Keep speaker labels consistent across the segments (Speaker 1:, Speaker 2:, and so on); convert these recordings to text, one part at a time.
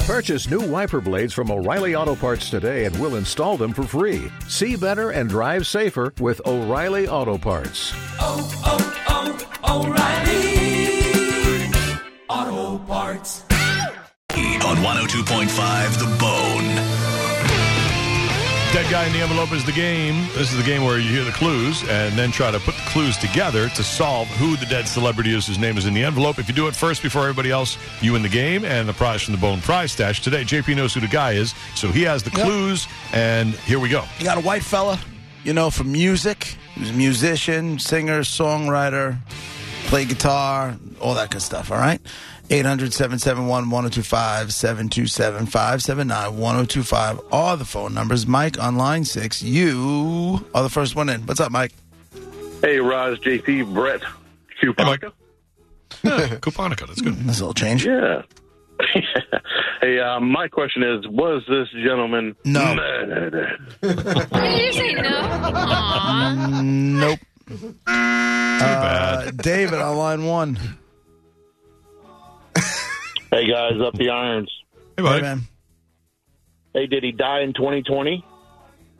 Speaker 1: Purchase new wiper blades from O'Reilly Auto Parts today and we'll install them for free. See better and drive safer with O'Reilly Auto Parts.
Speaker 2: oh, oh, O'Reilly Auto Parts.
Speaker 3: on 102.5 The Bone.
Speaker 4: Dead guy in the envelope is the game. This is the game where you hear the clues and then try to put the clues together to solve who the dead celebrity is whose name is in the envelope. If you do it first before everybody else, you win the game and the prize from the Bone Prize Stash. Today, JP knows who the guy is, so he has the clues, and here we go.
Speaker 5: You got a white fella, you know, from music. He was a musician, singer, songwriter, played guitar, all that good stuff, all right? 800 771 1025 727 579 1025 are the phone numbers. Mike on line six, you are the first one in. What's up, Mike?
Speaker 6: Hey, Roz, JT, Brett, Cupaca.
Speaker 4: Yeah, Kuponica, that's good.
Speaker 5: That's a little change.
Speaker 6: yeah. hey, uh, my question is, was this gentleman?
Speaker 5: No.
Speaker 7: Did you say no? Aw.
Speaker 5: Nope. Uh,
Speaker 4: Bad.
Speaker 5: David on line one.
Speaker 8: Hey guys, up the irons.
Speaker 4: Hey, buddy.
Speaker 5: Hey, man.
Speaker 8: Hey, did he die in 2020?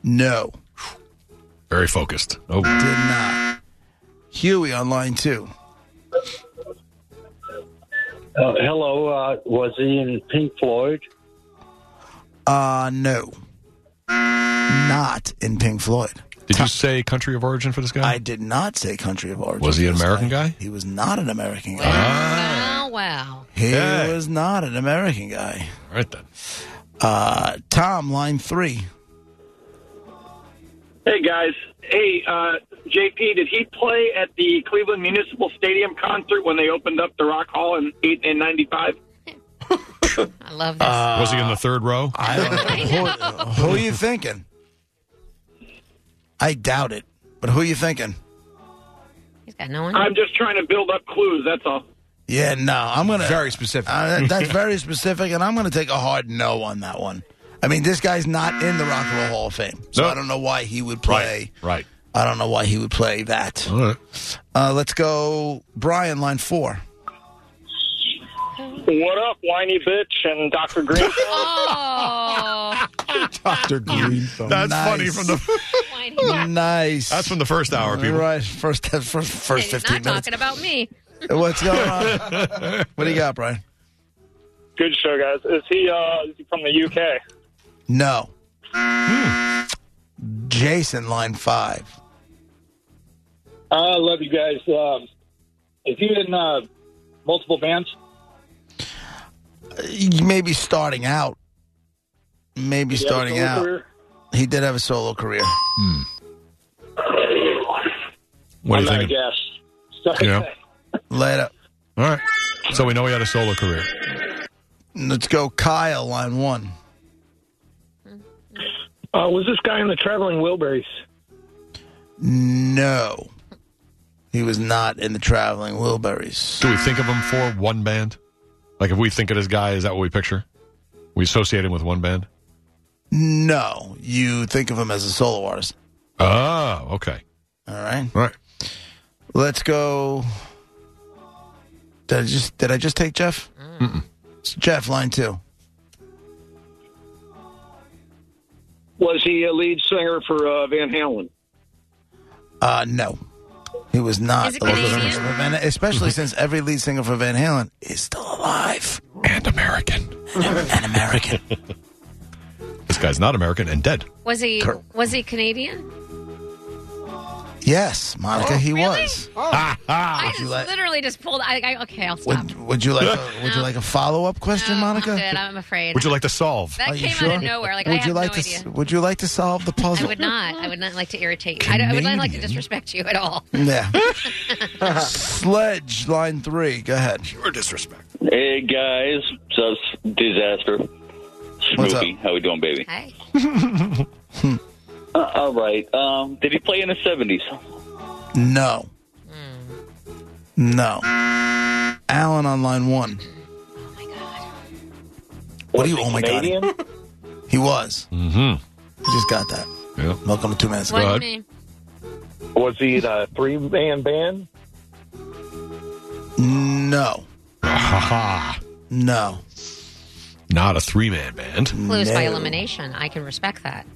Speaker 5: No.
Speaker 4: Very focused. Oh,
Speaker 5: Did not. Huey on line two.
Speaker 9: Uh, hello, uh, was he in Pink Floyd?
Speaker 5: Uh, no. Not in Pink Floyd.
Speaker 4: did you say country of origin for this guy?
Speaker 5: I did not say country of origin.
Speaker 4: Was he Uh-huh. an
Speaker 5: This
Speaker 4: American guy?
Speaker 5: He was not an American guy.
Speaker 7: Wow, Oh, wow.
Speaker 5: He
Speaker 4: Okay.
Speaker 5: was not an American guy.
Speaker 4: All right, then.
Speaker 5: Uh, Tom, line three.
Speaker 10: Hey guys, hey uh, JP, did he play at the Cleveland Municipal Stadium concert when they opened up the Rock Hall in eight in '95?
Speaker 7: I love this.
Speaker 5: Uh,
Speaker 4: was he in the third row?
Speaker 5: I don't know. Who, who are you thinking? I doubt it. But who are you thinking?
Speaker 7: He's got no one.
Speaker 10: I'm just trying to build up clues. That's all.
Speaker 5: Yeah, no, I'm gonna
Speaker 11: Very specific.
Speaker 5: Uh, that- that's very specific, and I'm gonna take a hard no on that one. I mean, this guy's not in the Rock and Roll Hall of Fame, so
Speaker 4: No.
Speaker 5: I don't know why he would play.
Speaker 4: Right.
Speaker 5: I don't know why he would play that.
Speaker 4: All right.
Speaker 5: Uh, let's go, Brian, line four.
Speaker 9: What up, whiny bitch and Dr. Green?
Speaker 7: Oh,
Speaker 11: Dr. Greenthumb.
Speaker 4: That's
Speaker 5: Nice.
Speaker 4: funny from the
Speaker 7: why did you-
Speaker 5: Nice.
Speaker 4: that's from the first hour, people.
Speaker 5: Right, first first first
Speaker 7: He's
Speaker 5: fifteen
Speaker 7: not
Speaker 5: minutes.
Speaker 7: talking about me.
Speaker 5: What's going on? what do you got, Brian?
Speaker 9: Good show, guys. Is he, uh, is he from the UK?
Speaker 5: No. Jason, line five.
Speaker 9: I love you guys. Um, is he in uh, multiple bands?
Speaker 5: You may be starting out. Maybe starting out. He did have a solo career.
Speaker 4: What are you
Speaker 9: I'm
Speaker 4: thinking?
Speaker 9: out of gas.
Speaker 4: Yeah.
Speaker 5: Later.
Speaker 4: All right. So we know he had a solo career.
Speaker 5: Let's go, Kyle, line one.
Speaker 9: Uh, was this guy in the Traveling Wilburys?
Speaker 5: No. He was not in the Traveling Wilburys.
Speaker 4: Do we think of him for one band? Like if we think of this guy, is that what we picture? We associate him with one band?
Speaker 5: No. You think of him as a solo artist.
Speaker 4: Oh, okay.
Speaker 5: All right.
Speaker 4: All right.
Speaker 5: Let's go. Did I just did I just take Jeff? It's Jeff, line two.
Speaker 10: Was he a lead singer for uh, Van Halen?
Speaker 5: Uh, no, he was not.
Speaker 7: Is it
Speaker 5: the lead
Speaker 7: Canadian?
Speaker 5: singer for Van- especially since every lead singer for Van Halen is still alive
Speaker 4: And American.
Speaker 5: and American.
Speaker 4: This guy's not American and dead.
Speaker 7: Was he
Speaker 5: Cur-
Speaker 7: was he Canadian?
Speaker 5: yes, Monica, he
Speaker 7: Oh, really?
Speaker 5: was.
Speaker 7: I just
Speaker 5: you like-
Speaker 7: literally just pulled. I, I okay, I'll stop.
Speaker 5: Would, would you like a, would you
Speaker 7: No.
Speaker 5: like a follow up question,
Speaker 7: No,
Speaker 5: Monica?
Speaker 7: I'm good. I'm afraid.
Speaker 4: Would you like to solve?
Speaker 7: that
Speaker 5: Are you
Speaker 7: came
Speaker 5: sure?
Speaker 7: out of nowhere. Like I
Speaker 5: would
Speaker 7: have
Speaker 5: you like
Speaker 7: no
Speaker 5: to
Speaker 7: idea.
Speaker 5: s- would you like to solve the
Speaker 7: I
Speaker 5: puzzle?
Speaker 7: would not. I would not like to irritate you. I, don't- I would not like to
Speaker 5: Canadian.
Speaker 7: disrespect you at all.
Speaker 5: Yeah. Sledge line three. Go ahead.
Speaker 4: Pure disrespect.
Speaker 8: Hey guys, that's disaster.
Speaker 5: What's up?
Speaker 8: Smokey, how we doing, baby?
Speaker 7: Hey,
Speaker 8: Uh, all right. Um, did he play in the 70s?
Speaker 5: No. No. Alan on line one.
Speaker 7: oh my god,
Speaker 5: What do you? Oh my
Speaker 8: Canadian?
Speaker 5: god. He was. Mm-hmm. He just got that.
Speaker 4: Yeah.
Speaker 5: Welcome to two minutes.
Speaker 7: what
Speaker 5: Ago.
Speaker 7: do you
Speaker 4: ahead.
Speaker 7: mean?
Speaker 9: Was he in a three man band?
Speaker 5: No.
Speaker 4: Ha ha.
Speaker 5: No.
Speaker 4: not a three man band.
Speaker 7: Clues by elimination. I can respect that.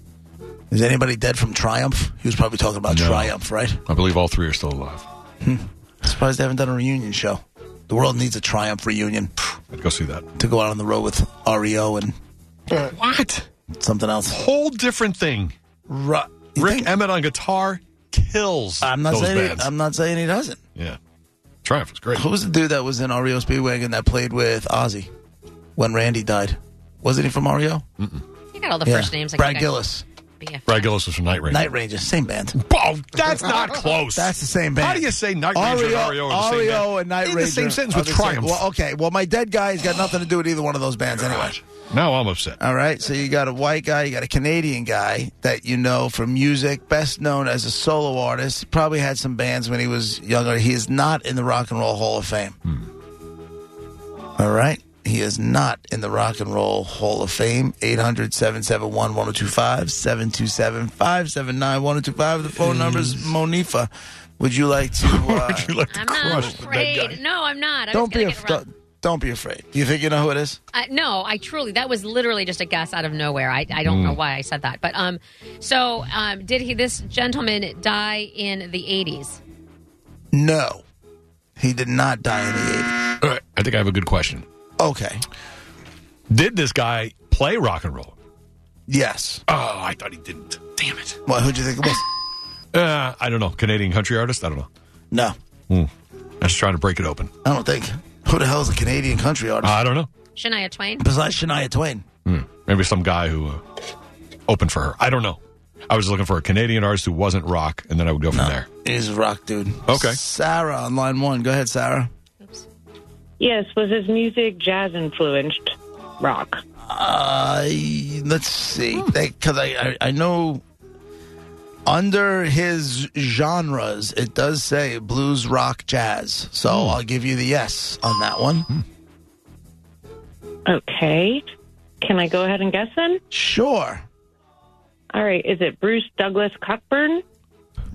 Speaker 5: Is anybody dead from Triumph? He was probably talking about
Speaker 4: No.
Speaker 5: Triumph, right?
Speaker 4: I believe all three are still alive.
Speaker 5: Surprised they haven't done a reunion show. The world needs a Triumph reunion.
Speaker 4: I'd go see that.
Speaker 5: To go out on the road with REO and
Speaker 4: What?
Speaker 5: something else.
Speaker 4: Whole different thing. Rick Emmett on guitar kills.
Speaker 5: I'm not
Speaker 4: those
Speaker 5: saying
Speaker 4: bands.
Speaker 5: He, I'm not saying he doesn't.
Speaker 4: yeah, Triumph was great.
Speaker 5: Who was the dude that was in REO Speedwagon that played with Ozzy when Randy died? Wasn't he from REO?
Speaker 7: You got all the
Speaker 5: Yeah.
Speaker 7: first names. I
Speaker 5: Brad
Speaker 7: could-
Speaker 5: Gillis.
Speaker 7: BF.
Speaker 4: Brad Gillis was from Night Ranger.
Speaker 5: Night Ranger, same band.
Speaker 4: Oh, that's not close.
Speaker 5: That's the same band. E
Speaker 4: How do you say Night Ranger and REO are the same
Speaker 5: REO
Speaker 4: band?
Speaker 5: and Night
Speaker 4: In
Speaker 5: Ranger.
Speaker 4: the same sentence
Speaker 5: are
Speaker 4: with
Speaker 5: the same-
Speaker 4: Triumph.
Speaker 5: Well, okay. Well, my dead guy's got nothing to do with either one of those bands anyway.
Speaker 4: Now I'm upset.
Speaker 5: All right. So you got a white guy, you got a Canadian guy that you know from music, best known as a solo artist. Probably had some bands when he was younger. He is not in the Rock and Roll Hall of Fame. All right. He is not in the Rock and Roll Hall of Fame. 800 771 1025 727 579 1025. The phone number is Monifa. Would you like to. Uh, Would you like
Speaker 7: I'm not afraid. No, I'm not. I'm
Speaker 5: Don't
Speaker 7: just
Speaker 5: be,
Speaker 7: gonna
Speaker 5: af-
Speaker 7: get it wrong.
Speaker 5: don't, don't be afraid. Do you think you know who it is?
Speaker 7: Uh, no, I truly that was literally just a guess out of nowhere. I, I don't
Speaker 5: Mm.
Speaker 7: know why I said that, but um, so um, did he? This gentleman die in the eighties.
Speaker 5: No. He did not die in the 80s.
Speaker 4: All right, I think I have a good question.
Speaker 5: Okay.
Speaker 4: Did this guy play rock and roll?
Speaker 5: Yes.
Speaker 4: Oh, I thought he didn't. Damn it.
Speaker 5: Well, who'd you think it was?
Speaker 4: Uh, I don't know. Canadian country artist? I don't know.
Speaker 5: No.
Speaker 4: Hmm. I was trying to break it open. Uh,
Speaker 5: I don't think. Who the hell is a Canadian country artist?
Speaker 4: I don't know.
Speaker 7: Shania Twain.
Speaker 5: Besides Shania Twain.
Speaker 4: Hmm. Maybe some guy who uh, opened for her. I don't know. I was looking for a Canadian artist who wasn't rock, and then I would go from there.
Speaker 5: He's a rock dude.
Speaker 4: Okay.
Speaker 5: Sarah on line one. Go ahead, Sarah.
Speaker 12: Yes, was his music jazz influenced rock?
Speaker 5: Uh, let's see. Because I, I, I know under his genres, it does say blues, rock, jazz. So I'll give you the yes on that one.
Speaker 12: Okay. Can I go ahead and guess then?
Speaker 5: Sure.
Speaker 12: All right. Is it Bruce Douglas Cockburn?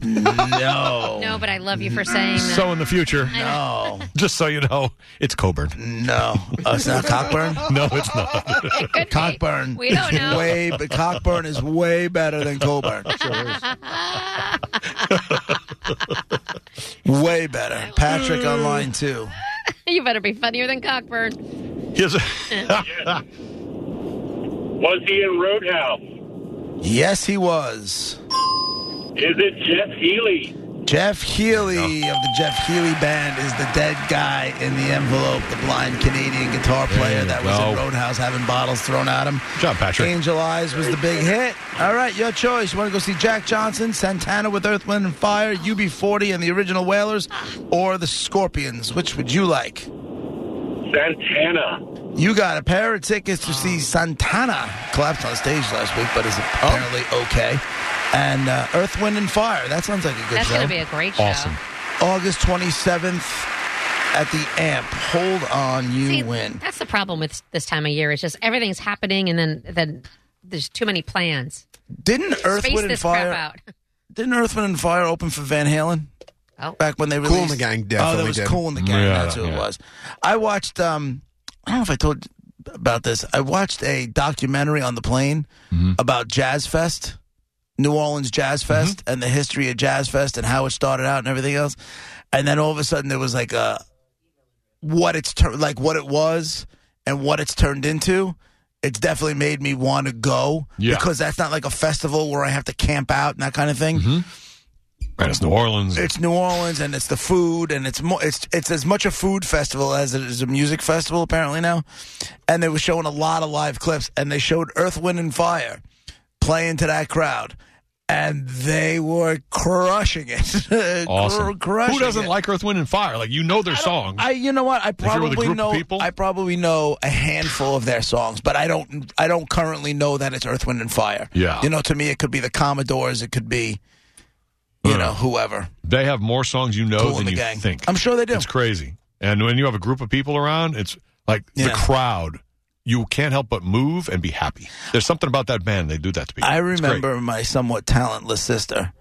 Speaker 5: No.
Speaker 7: No, but I love you for saying that.
Speaker 4: So in the future,
Speaker 5: no.
Speaker 4: Just so you know, it's Coburn.
Speaker 5: No, Oh, it's not Cockburn.
Speaker 4: no, it's not.
Speaker 5: Cockburn.
Speaker 7: We don't
Speaker 5: is
Speaker 7: know.
Speaker 5: Way, but Cockburn is way better than Coburn. way better. Patrick on line two.
Speaker 7: you better be funnier than Cockburn.
Speaker 4: Yes.
Speaker 10: Was he in Roadhouse?
Speaker 5: Yes, he was.
Speaker 10: Is it Jeff Healy?
Speaker 5: Jeff Healy of the Jeff Healy Band is the dead guy in the envelope, the blind Canadian guitar player
Speaker 4: you
Speaker 5: that was in
Speaker 4: go.
Speaker 5: Roadhouse having bottles thrown at him.
Speaker 4: John Patrick.
Speaker 5: Angel Eyes was the big hit. All right, your choice. You want to go see Jack Johnson, Santana with Earth, Wind, and Fire, UB40 and the original Whalers, or the Scorpions? Which would you like?
Speaker 10: Santana.
Speaker 5: You got a pair of tickets to see Santana collapsed on stage last week, but is
Speaker 4: Oh.
Speaker 5: apparently okay. And uh, Earth, Wind, and Fire. That sounds like a good
Speaker 7: That's
Speaker 5: show.
Speaker 7: gonna be a great show. Awesome.
Speaker 5: August 27th at the Amp. Hold on, you
Speaker 7: See,
Speaker 5: win.
Speaker 7: That's the problem with this time of year. It's just everything's happening, and then then there's too many plans.
Speaker 5: Didn't Earth,
Speaker 7: Space
Speaker 5: Wind, and
Speaker 7: this
Speaker 5: Fire?
Speaker 7: crap out.
Speaker 5: Didn't Earth, Wind, and Fire open for Van Halen?
Speaker 7: Oh.
Speaker 5: Back when they
Speaker 11: Cool in
Speaker 5: released.
Speaker 11: the Gang
Speaker 5: Oh,
Speaker 11: definitely
Speaker 5: that was
Speaker 11: did.
Speaker 5: Cool in the Gang.
Speaker 11: Yeah,
Speaker 5: That's who
Speaker 11: yeah.
Speaker 5: it was. I watched, um, I don't know if I told you about this. I watched a documentary on the plane
Speaker 11: Mm-hmm.
Speaker 5: about Jazz Fest, New Orleans Jazz Fest, and the history of Jazz Fest and how it started out and everything else. And then all of a sudden there was like a, what it's tur- like what it was and what it's turned into it's definitely made me want to go
Speaker 4: Yeah.
Speaker 5: because that's not like a festival where i have to camp out and that kind of thing
Speaker 4: Right, it's New Orleans.
Speaker 5: it's new orleans and it's the food and it's more it's it's as much a food festival as it is a music festival apparently now and they were showing a lot of live clips and they showed earth wind and fire playing to that crowd and they were crushing it
Speaker 4: awesome.
Speaker 5: Crushing
Speaker 4: Who doesn't
Speaker 5: it.
Speaker 4: like Earth, Wind, and Fire? Like, you know their songs.
Speaker 5: I, you know what? I
Speaker 4: you're with a
Speaker 5: probably
Speaker 4: group of
Speaker 5: know.
Speaker 4: people?
Speaker 5: I probably know a handful of their songs, but I don't. I don't currently know that it's Earth, Wind, and Fire.
Speaker 4: Yeah.
Speaker 5: you know, to me, it could be the Commodores. It could be, you know, whoever.
Speaker 4: They have more songs you know
Speaker 5: Cool in
Speaker 4: than
Speaker 5: the
Speaker 4: Oh, you
Speaker 5: Gang.
Speaker 4: think.
Speaker 5: I'm sure they do.
Speaker 4: It's crazy. And when you have a group of people around, it's like the
Speaker 5: Yeah.
Speaker 4: crowd. You can't help but move and be happy. There's something about that band. They do that to people.
Speaker 5: I
Speaker 4: It's great.
Speaker 5: remember my somewhat talentless sister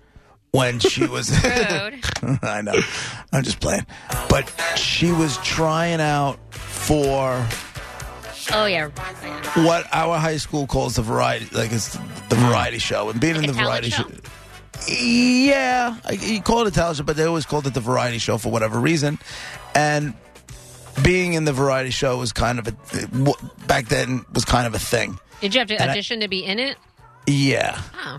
Speaker 5: when she was. I know. I'm just playing, but she was trying out for
Speaker 7: Oh yeah.
Speaker 5: what our high school calls the variety, like it's the variety show, and being in
Speaker 7: Like a
Speaker 5: the
Speaker 7: talent
Speaker 5: variety
Speaker 7: show.
Speaker 5: show. Yeah, I, you call it a talent show, but they always called it the variety show for whatever reason, and being in the variety show was kind of a w- back then was kind of a thing.
Speaker 7: Did you have to
Speaker 5: And I-
Speaker 7: audition to be in it?
Speaker 5: Yeah,
Speaker 7: Oh.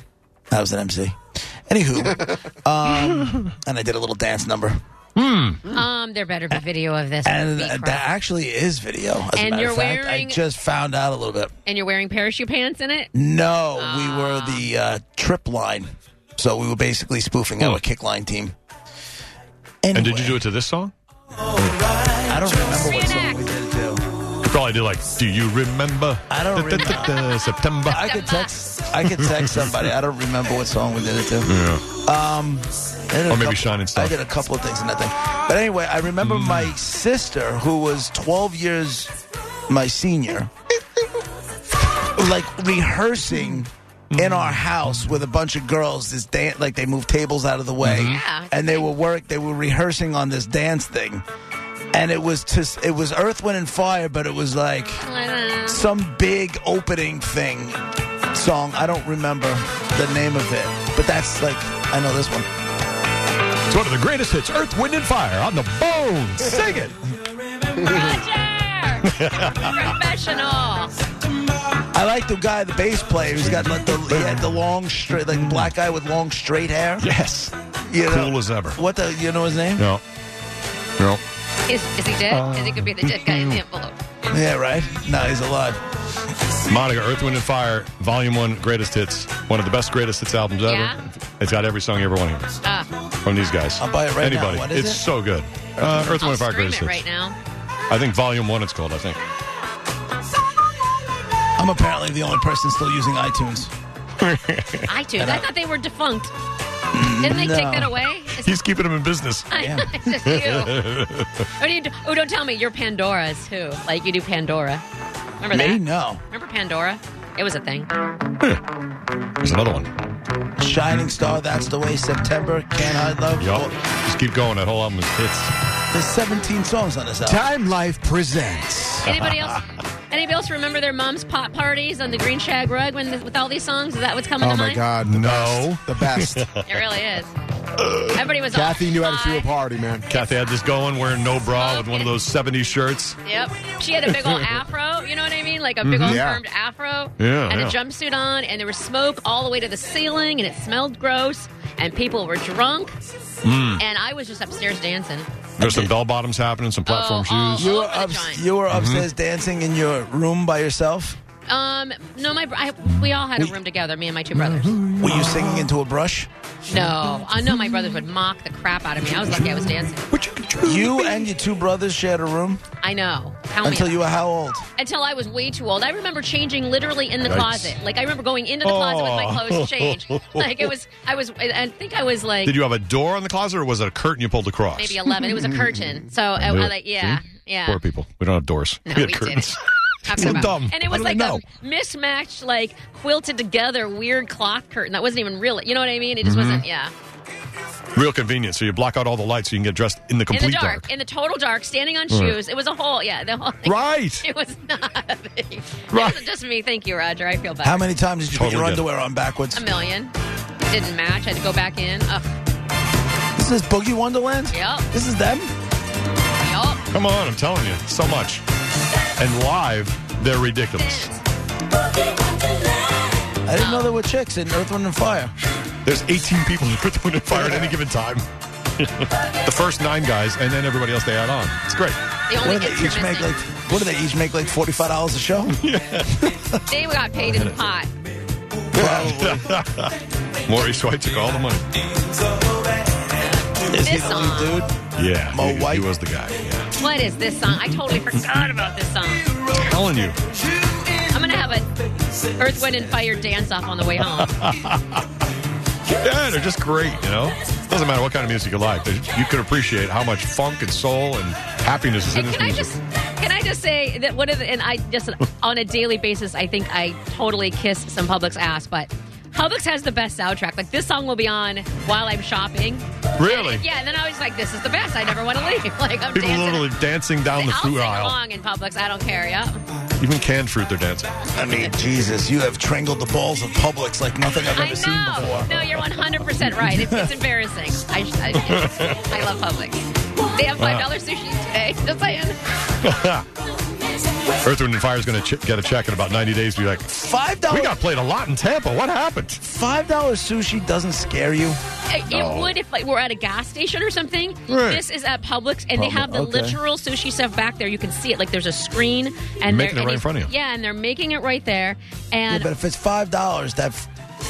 Speaker 5: I was an MC. Anywho, um, and I did a little dance number,
Speaker 7: Um, there better be video of this.
Speaker 5: and
Speaker 7: Be
Speaker 5: that
Speaker 7: crap.
Speaker 5: actually is video. As
Speaker 7: And
Speaker 5: a matter
Speaker 7: you're
Speaker 5: of fact,
Speaker 7: wearing-
Speaker 5: I just found out a little bit.
Speaker 7: and you're wearing parachute pants in it.
Speaker 5: No, we were
Speaker 7: Ah.
Speaker 5: the uh, trip line. So we were basically spoofing our kick line team.
Speaker 4: Hmm. And did you do it to this song?
Speaker 5: I don't remember what song we did it to.
Speaker 4: You probably did like, do you remember?
Speaker 5: I don't remember.
Speaker 4: September.
Speaker 5: I could text I could text somebody. I don't remember what song we did it to. Um,
Speaker 4: Or
Speaker 5: Shine
Speaker 4: maybe Shining Star.
Speaker 5: I did a couple of things in that thing. But anyway, I remember
Speaker 4: Hmm.
Speaker 5: my sister, who was 12 years my senior, like rehearsing in our house with a bunch of girls. This dance, like they moved tables out of the way,
Speaker 13: Yeah.
Speaker 5: and they were work. They were rehearsing on this dance thing, and it was just it was Earth, Wind, and Fire, but it was like some big opening thing song. I don't remember the name of it, but that's like I know this one.
Speaker 4: It's one of the greatest hits, Earth, Wind, and Fire on the bone. Sing it.
Speaker 7: Professional.
Speaker 5: I like the guy, the bass player, who's got like the he had the long straight, like black guy with long straight hair.
Speaker 4: Yes,
Speaker 5: you know,
Speaker 4: Cool as ever.
Speaker 5: What the? You know his name?
Speaker 4: No. No.
Speaker 7: Is, is he dead? Because he could be the dead guy in the envelope.
Speaker 5: Yeah, right? No, he's alive.
Speaker 4: Monica, Earth, Wind, and Fire, Volume 1, Greatest Hits. One of the best Greatest Hits albums ever.
Speaker 7: Yeah?
Speaker 4: It's got every song you ever want to hear
Speaker 7: Ah,
Speaker 4: from these guys.
Speaker 5: I'll buy it right now.
Speaker 4: Anybody.
Speaker 5: What is
Speaker 4: it's
Speaker 5: it?
Speaker 4: so good. Uh, Earth, Wind,
Speaker 7: I'll
Speaker 4: and Fire,
Speaker 7: stream
Speaker 4: Greatest
Speaker 7: it
Speaker 4: Hits.
Speaker 7: right now.
Speaker 4: I think Volume 1 it's called, I think.
Speaker 5: I'm apparently the only person still using iTunes.
Speaker 7: iTunes.
Speaker 5: And
Speaker 7: I
Speaker 5: I-
Speaker 7: thought they were defunct. Didn't they take
Speaker 5: No.
Speaker 7: that away? It's,
Speaker 4: He's keeping them in business.
Speaker 7: it's just you. What do you do? Oh, don't tell me you're Pandora's who? Like you do Pandora. Remember
Speaker 5: Me?
Speaker 7: that?
Speaker 5: No.
Speaker 7: Remember Pandora? It was a thing.
Speaker 4: There's another one.
Speaker 5: Shining Star, That's the Way, September, Can't Hide Love.
Speaker 4: Yup. Just keep going. That whole album is hits.
Speaker 5: There's 17 songs on this album.
Speaker 4: Time Life presents.
Speaker 7: Anybody else? Anybody else remember their mom's pot parties on the green shag rug when with all these songs? Is that what's coming
Speaker 11: Oh
Speaker 7: to
Speaker 11: my
Speaker 7: mind?
Speaker 11: God! The no, best. the best.
Speaker 7: It really is. Everybody was all
Speaker 11: Kathy knew how to throw a party, man.
Speaker 4: Kathy had this going, wearing no bra with one of those 70s shirts.
Speaker 7: Yep. She had a big old afro, you know what I mean? Like a big
Speaker 11: Mm-hmm.
Speaker 4: Mhm.
Speaker 7: old
Speaker 4: Yeah.
Speaker 7: permed afro.
Speaker 4: Yeah,
Speaker 7: And
Speaker 4: yeah.
Speaker 7: a jumpsuit on, and there was smoke all the way to the ceiling, and it smelled gross, and people were drunk,
Speaker 4: Mm.
Speaker 7: and I was just upstairs dancing.
Speaker 4: There's some bell bottoms happening, some platform
Speaker 7: oh,
Speaker 4: shoes.
Speaker 5: You
Speaker 7: oh.
Speaker 5: were,
Speaker 7: Over the
Speaker 5: ups-
Speaker 7: joint.
Speaker 5: you were
Speaker 4: Mhm.
Speaker 5: upstairs dancing in your room by yourself?
Speaker 7: Um, no, my br- I, we all had a room together, me and my two brothers.
Speaker 11: Mm-hmm.
Speaker 5: Were you singing into a brush?
Speaker 7: No, I know my brothers would mock the crap out of me. I was lucky I was dancing.
Speaker 5: You and your two brothers shared a room?
Speaker 7: I know. Tell
Speaker 5: Until
Speaker 7: me.
Speaker 5: you were how old?
Speaker 7: Until I was way too old. I remember changing literally in the
Speaker 5: Yikes.
Speaker 7: closet. Like I remember going into the closet with my
Speaker 4: Oh.
Speaker 7: clothes changed. Like it was, I was, I I think I was like
Speaker 4: Did you have a door on the closet or was it a curtain you pulled across?
Speaker 7: maybe eleven. It was a curtain. So I,
Speaker 4: Knew
Speaker 7: I
Speaker 4: it.
Speaker 7: like, yeah,
Speaker 4: See?
Speaker 7: yeah.
Speaker 4: Poor people. We don't have doors.
Speaker 7: No,
Speaker 4: we had
Speaker 7: we
Speaker 4: curtains.
Speaker 7: Talk
Speaker 4: So
Speaker 7: about-
Speaker 4: dumb.
Speaker 7: And it
Speaker 4: How
Speaker 7: was
Speaker 4: do
Speaker 7: like
Speaker 4: they
Speaker 7: a
Speaker 4: know?
Speaker 7: mismatched, like quilted together, weird cloth curtain that wasn't even real. You know what I mean? It just
Speaker 4: Mhm.
Speaker 7: wasn't. Yeah.
Speaker 4: Real convenient. So you block out all the lights so you can get dressed in the
Speaker 7: in
Speaker 4: complete
Speaker 7: the dark, in the total dark, standing on
Speaker 4: Right.
Speaker 7: shoes. It was a whole, yeah, the whole. Thing.
Speaker 4: Right.
Speaker 7: It was not. A thing.
Speaker 5: Right.
Speaker 7: It wasn't just me. Thank you, Roger. I feel better.
Speaker 5: How many times did you put
Speaker 4: Totally
Speaker 5: your
Speaker 4: get it.
Speaker 5: underwear on backwards?
Speaker 7: A million. It didn't match. I had to go back in. Uh, Ugh.
Speaker 5: This is Boogie Wonderland?
Speaker 7: Yep.
Speaker 5: This is them?
Speaker 7: Yup.
Speaker 4: Come on, I'm telling you. So much. And live, they're ridiculous.
Speaker 5: I didn't know there were chicks in Earth, Wind, and Fire.
Speaker 4: There's 18 people in Earth, Wind, and Fire at any given time. the first nine guys, and then everybody else they add on. It's great.
Speaker 5: What do they each make like? What do they each make like forty five dollars a show?
Speaker 7: They got paid in pot.
Speaker 4: Maurice White took all the money.
Speaker 5: Is he
Speaker 7: This
Speaker 5: the lead dude?
Speaker 4: Yeah.
Speaker 5: Mo
Speaker 4: he,
Speaker 5: White?
Speaker 4: He was the guy. Yeah.
Speaker 7: What is this song? I totally forgot about this song.
Speaker 4: I'm telling you.
Speaker 7: I'm gonna have a Earth, Wind, and Fire dance off on the way home.
Speaker 4: yeah, they're just great, you know? Doesn't matter what kind of music you like, you can appreciate how much funk and soul and happiness is in
Speaker 7: And
Speaker 4: this
Speaker 7: can I
Speaker 4: music.
Speaker 7: just can I just say that one of the and I just on a daily basis I think I totally kiss some Publix ass, but Publix has the best soundtrack. Like this song will be on while I'm shopping.
Speaker 4: Really?
Speaker 7: Yeah, and then I was like, this is the best. I never want to leave. Like I'm
Speaker 4: People
Speaker 7: dancing.
Speaker 4: literally dancing down the
Speaker 7: I'll
Speaker 4: fruit
Speaker 7: sing
Speaker 4: aisle.
Speaker 7: along in Publix. I don't care. Yeah.
Speaker 4: Even canned fruit, they're dancing.
Speaker 5: I mean, Jesus, you have strangled the balls of Publix like nothing I've ever
Speaker 7: I
Speaker 5: seen
Speaker 7: know.
Speaker 5: before.
Speaker 7: No, you're 100% right. It's, it's embarrassing. I, I, I love Publix. They have $5
Speaker 4: Wow.
Speaker 5: Ah.
Speaker 7: sushi today. Just saying.
Speaker 4: Earth, Wind, and Fire is going to ch- get a check in about 90 days. Be like,
Speaker 5: Five dollars.
Speaker 4: we got played a lot in Tampa. What happened?
Speaker 5: Five dollars sushi doesn't scare you.
Speaker 7: It
Speaker 4: No.
Speaker 7: would if like, we're at a gas station or something.
Speaker 5: Oh. Right.
Speaker 7: This is at Publix, and they
Speaker 5: Publi-
Speaker 7: have the
Speaker 5: okay.
Speaker 7: literal sushi stuff back there. You can see it. Like there's a screen, and
Speaker 5: Making
Speaker 7: they're-
Speaker 5: it right
Speaker 7: and
Speaker 5: in front of you.
Speaker 7: Yeah, and they're making it right there.
Speaker 5: Yeah,
Speaker 7: And
Speaker 5: but if it's five dollars, that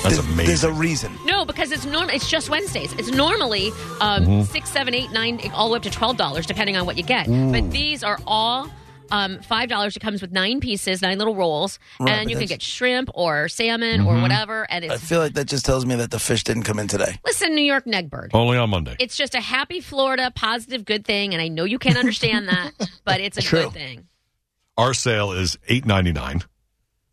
Speaker 4: that's
Speaker 5: amazing. There's a reason.
Speaker 7: no, because it's norm. It's just Wednesdays. It's normally um,
Speaker 5: Mhm.
Speaker 7: six, seven, eight, nine, all the way up to twelve dollars, depending on what you get.
Speaker 5: Ooh.
Speaker 7: But these are all. Um, Five dollars. It comes with nine pieces, nine little rolls,
Speaker 5: Right,
Speaker 7: and
Speaker 5: but
Speaker 7: you can
Speaker 5: that's-
Speaker 7: get shrimp or salmon or
Speaker 5: Mhm.
Speaker 7: whatever. And
Speaker 5: I
Speaker 7: it's
Speaker 5: feel like that just tells me that the fish didn't come in today.
Speaker 7: listen, New York negbird.
Speaker 5: Oh.
Speaker 4: Only on Monday.
Speaker 7: It's just a happy Florida, positive, good thing, and I know you can't understand that, but it's a
Speaker 4: True.
Speaker 7: good thing.
Speaker 4: Our sale is eight ninety nine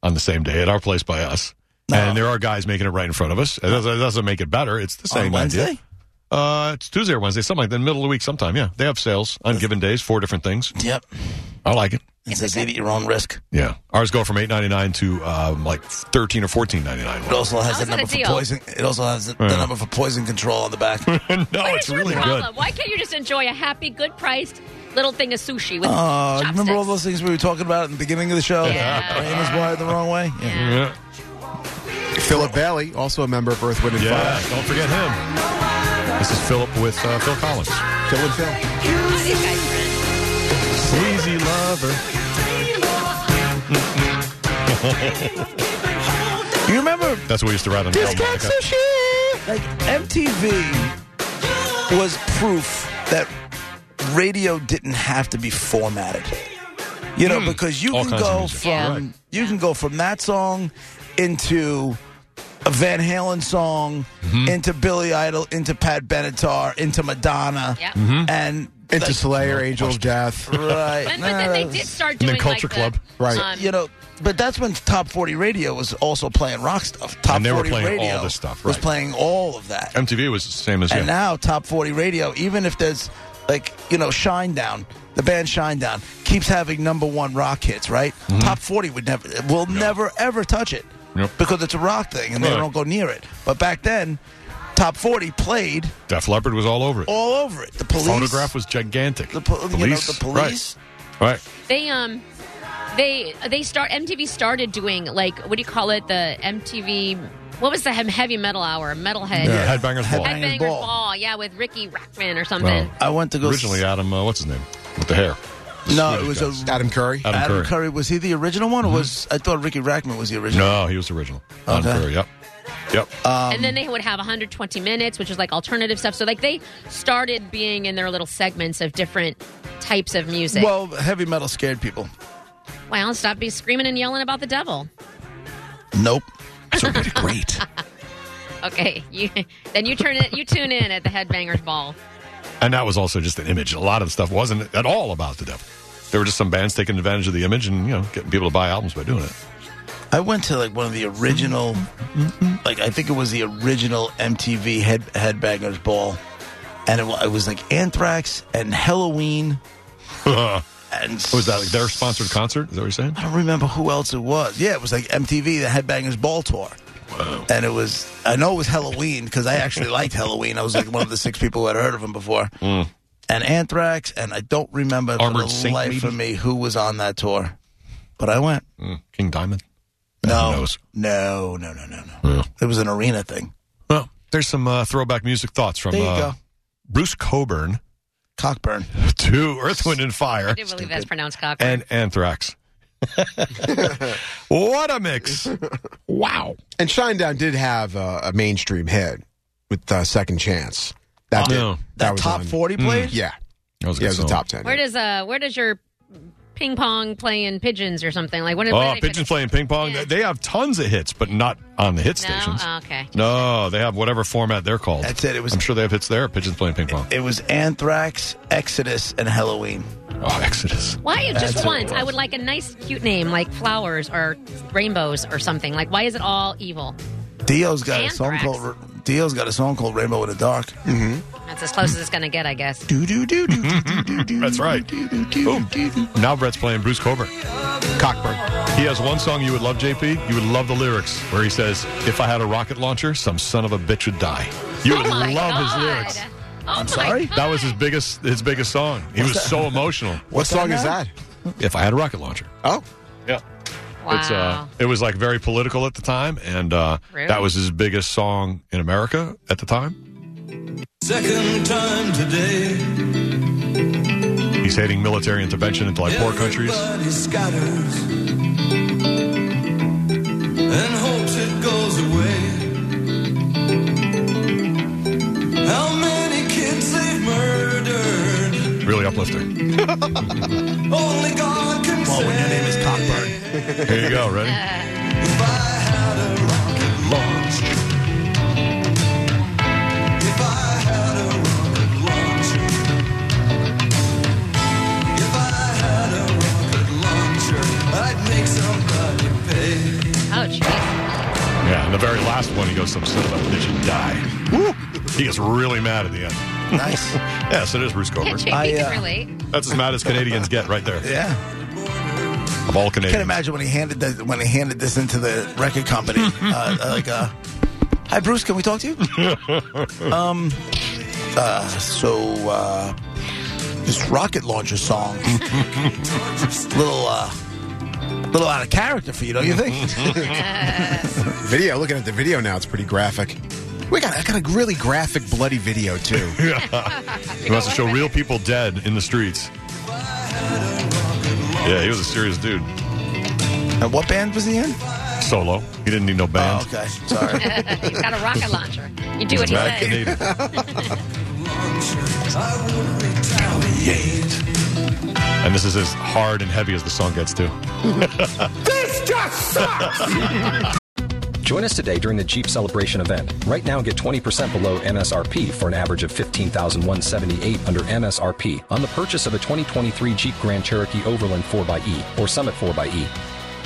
Speaker 4: on the same day at our place by us, and there are guys making it right in front of us. It doesn't, it doesn't make it better. It's the
Speaker 5: On
Speaker 4: same
Speaker 5: Wednesday?
Speaker 4: idea. Uh, it's Tuesday or Wednesday, something like that, middle of the week, sometime. Yeah, they have sales on given days, four different things.
Speaker 5: Yep.
Speaker 4: I like it.
Speaker 5: It says eat at your own risk.
Speaker 4: Yeah, ours go from eight ninety nine to um, like thirteen or fourteen ninety nine.
Speaker 5: It also has
Speaker 7: How's
Speaker 5: the
Speaker 7: that a
Speaker 5: number for
Speaker 7: deal?
Speaker 5: poison. It also has the, the number for poison control on the back.
Speaker 4: no,
Speaker 5: Oh,
Speaker 4: it's
Speaker 7: Your
Speaker 4: really
Speaker 7: problem.
Speaker 4: good.
Speaker 7: Why can't you just enjoy a happy, good priced little thing of sushi with
Speaker 5: Oh, you
Speaker 7: chopsticks?
Speaker 5: remember all those things we were talking about in the beginning of the show?
Speaker 7: Yeah.
Speaker 5: Rain was wired the wrong way.
Speaker 4: Yeah.
Speaker 11: Philip Bailey, also a member of Earth, Wind, and
Speaker 4: Yeah,
Speaker 11: Fire.
Speaker 4: don't forget him. This is Philip with uh, Phil Collins.
Speaker 11: Phil and Phil.
Speaker 4: Sleazy lover.
Speaker 5: You remember?
Speaker 4: That's what we used to write on the
Speaker 5: Discount
Speaker 4: album.
Speaker 5: sushi. Like MTV was proof that radio didn't have to be formatted. You know, because you
Speaker 4: Hmm. All
Speaker 5: can
Speaker 4: kinds of
Speaker 5: go
Speaker 4: music.
Speaker 5: from
Speaker 4: Yeah.
Speaker 5: you can go from that song into a Van Halen song,
Speaker 4: Mm-hmm.
Speaker 5: into Billy Idol, into Pat Benatar, into Madonna,
Speaker 4: Mm-hmm.
Speaker 5: and
Speaker 11: Into
Speaker 5: like-
Speaker 11: Slayer, Angel of Death.
Speaker 5: Right.
Speaker 7: But, but then they
Speaker 5: Uh,
Speaker 7: did start doing like the,
Speaker 11: Right.
Speaker 7: um,
Speaker 5: you know, but that's when Top 40 Radio was also playing rock stuff. Top
Speaker 4: And they were
Speaker 5: 40
Speaker 4: playing all
Speaker 5: Radio
Speaker 4: this stuff,
Speaker 5: Was
Speaker 4: right.
Speaker 5: playing all of that.
Speaker 4: MTV was the same as
Speaker 5: And
Speaker 4: you.
Speaker 5: now Top 40 Radio, even if there's like, you know, Shinedown, the band Shinedown keeps having number 1 rock hits, right? Top 40 would never will never ever touch it.
Speaker 4: Mm-hmm. Yep.
Speaker 5: Because it's a rock thing and they
Speaker 4: Right.
Speaker 5: don't go near it. But back then, Top 40 played
Speaker 4: Def Leppard was all over it.
Speaker 5: all over it. The police
Speaker 4: Photograph was gigantic. The
Speaker 5: po- you know, the police.
Speaker 4: Right. right.
Speaker 7: They um they they start MTV started doing like what do you call it the MTV what was the he- heavy metal hour metalhead
Speaker 4: Yeah, Headbangers Ball.
Speaker 7: headbangers ball. yeah with Ricky Rackman or something
Speaker 4: Well,
Speaker 5: I went to go
Speaker 4: Originally, Adam, uh, what's his name? With the hair. The
Speaker 5: No,
Speaker 4: Swedish
Speaker 5: it was
Speaker 4: guy.
Speaker 5: a
Speaker 11: Adam Curry.
Speaker 4: Adam Curry. Mm-hmm.
Speaker 5: Was he the original one, or was I thought Ricky Rackman was the original?
Speaker 4: No, he was the original. Adam
Speaker 5: Oh, Okay. Uh,
Speaker 4: Curry, yep. Yep.
Speaker 7: and then they would have 120 minutes, which is like alternative stuff. So like they started being in their little segments of different types of music.
Speaker 5: Well, heavy metal scared people.
Speaker 7: Well, stop be screaming and yelling about the devil.
Speaker 5: Nope. It's already great.
Speaker 7: Okay, you, then you turn it, you tune in at the Headbangers Ball.
Speaker 4: and that was also just an image. A lot of the stuff wasn't at all about the devil. There were just some bands taking advantage of the image and, you know, getting people to buy albums by doing it.
Speaker 5: I went to like one of the original, like I think it was the original MTV head headbangers ball, and it, wa- it was like Anthrax and Halloween. and
Speaker 4: What was that like their sponsored concert? Is that what you're saying?
Speaker 5: I don't remember who else it was. Yeah, it was like MTV the headbangers ball tour. And it was, I know it was Halloween because I actually liked Halloween. I was like one of the six people who had heard of him before. and Anthrax, and I don't remember for
Speaker 4: Mm. Armored
Speaker 5: the
Speaker 4: Saint,
Speaker 5: life
Speaker 4: maybe?
Speaker 5: of me who was on that tour, but I went.
Speaker 4: Mm, King Diamond. Who
Speaker 5: No,
Speaker 4: knows?
Speaker 5: no, no, no, no, no.
Speaker 4: Yeah.
Speaker 5: It was an arena thing.
Speaker 4: Well, there's some uh, throwback music thoughts from
Speaker 5: There you go.
Speaker 4: uh, Bruce Coburn
Speaker 5: Cockburn.
Speaker 4: to Earth, Wind, and Fire
Speaker 7: I do believe that's pronounced cock.
Speaker 4: and Anthrax. what a mix. Wow.
Speaker 11: And Shinedown did have uh, a mainstream hit with uh, Second Chance. That
Speaker 4: Oh,
Speaker 11: did.
Speaker 4: yeah.
Speaker 11: That,
Speaker 5: That
Speaker 11: was
Speaker 5: top
Speaker 11: on- Mm,
Speaker 5: 40 played?
Speaker 11: Yeah.
Speaker 4: That was a
Speaker 11: yeah,
Speaker 4: good
Speaker 11: it was a
Speaker 4: song.
Speaker 11: top 10.
Speaker 7: where does uh where does your ping pong playing pigeons or something like what? what
Speaker 4: Oh,
Speaker 7: do they
Speaker 4: Pigeons Playing Ping Pong. They have tons of hits, but not on the hit
Speaker 7: pick- No,
Speaker 4: stations.
Speaker 7: Oh, okay.
Speaker 4: No, they have whatever format they're called.
Speaker 5: That's it. It was
Speaker 4: I'm sure they have hits there. Pigeons Playing Ping Pong.
Speaker 5: it was Anthrax, Exodus, and Halloween.
Speaker 4: Oh, Exodus.
Speaker 7: Why if
Speaker 5: That's
Speaker 7: just
Speaker 5: it.
Speaker 7: once? I would like a nice, cute name like flowers or rainbows or something. Like, why is it all evil?
Speaker 5: Dio's got a song
Speaker 7: Anthrax.
Speaker 5: called Dio's got a song called Rainbow in the Dark.
Speaker 7: I That's as close as it's going to get, I guess.
Speaker 4: Do do do do do do. That's right. Boom. Now Brett's playing Bruce Coburn. Cockburn. He has one song you would love, JP. You would love the lyrics where he says, "If I had a rocket launcher, some son of a bitch would die." You
Speaker 7: Oh
Speaker 4: would love his lyrics.
Speaker 7: I'm
Speaker 4: sorry. That was his biggest his biggest song. He was so emotional.
Speaker 11: What song is that?
Speaker 4: If I had a rocket launcher.
Speaker 11: Oh.
Speaker 4: Yeah. It's uh, it was like very political at the time, and uh,
Speaker 2: Really?
Speaker 4: that was his biggest song in America at the time.
Speaker 2: Second time today.
Speaker 4: He's hating military intervention into like poor countries.
Speaker 2: Everybody scatters and hopes it goes away. How many kids they've murdered?
Speaker 4: Really uplifting.
Speaker 2: Only God can say. your name is Cockburn.
Speaker 4: Here you go. Ready?
Speaker 7: Oh, jeez.
Speaker 4: Yeah. And the very last one, he goes, "Some son of a bitch would die." Woo! He gets really mad at the end.
Speaker 5: Nice.
Speaker 4: yes, it is Bruce Coburn.
Speaker 7: JP can relate.
Speaker 4: That's as mad as Canadians get, right there.
Speaker 5: Yeah.
Speaker 4: Of all
Speaker 5: I can't
Speaker 4: Canadians.
Speaker 5: imagine when he handed the, when he handed this into the record company. uh, like, uh, hi Bruce, can we talk to you? um, uh, so uh, this rocket launcher song, little uh, little out of character for you, don't you think?
Speaker 11: video. Looking at the video now, it's pretty graphic. We got I got a really graphic bloody video too.
Speaker 4: He wants to show real people dead in the streets. Yeah, he was a serious dude.
Speaker 5: And what band was he in? Oh,
Speaker 4: Solo. He didn't need no band.
Speaker 5: okay.
Speaker 7: He's got a rocket launcher. You do what he
Speaker 4: Back in
Speaker 7: says.
Speaker 4: And this is as hard and heavy as the song gets, too.
Speaker 2: This just sucks!
Speaker 13: Join us today during the Jeep Celebration event. Right now, get 20% below MSRP for an average of 15178 under MSRP on the purchase of a 2023 Jeep Grand Cherokee Overland 4xE E, or Summit 4xE.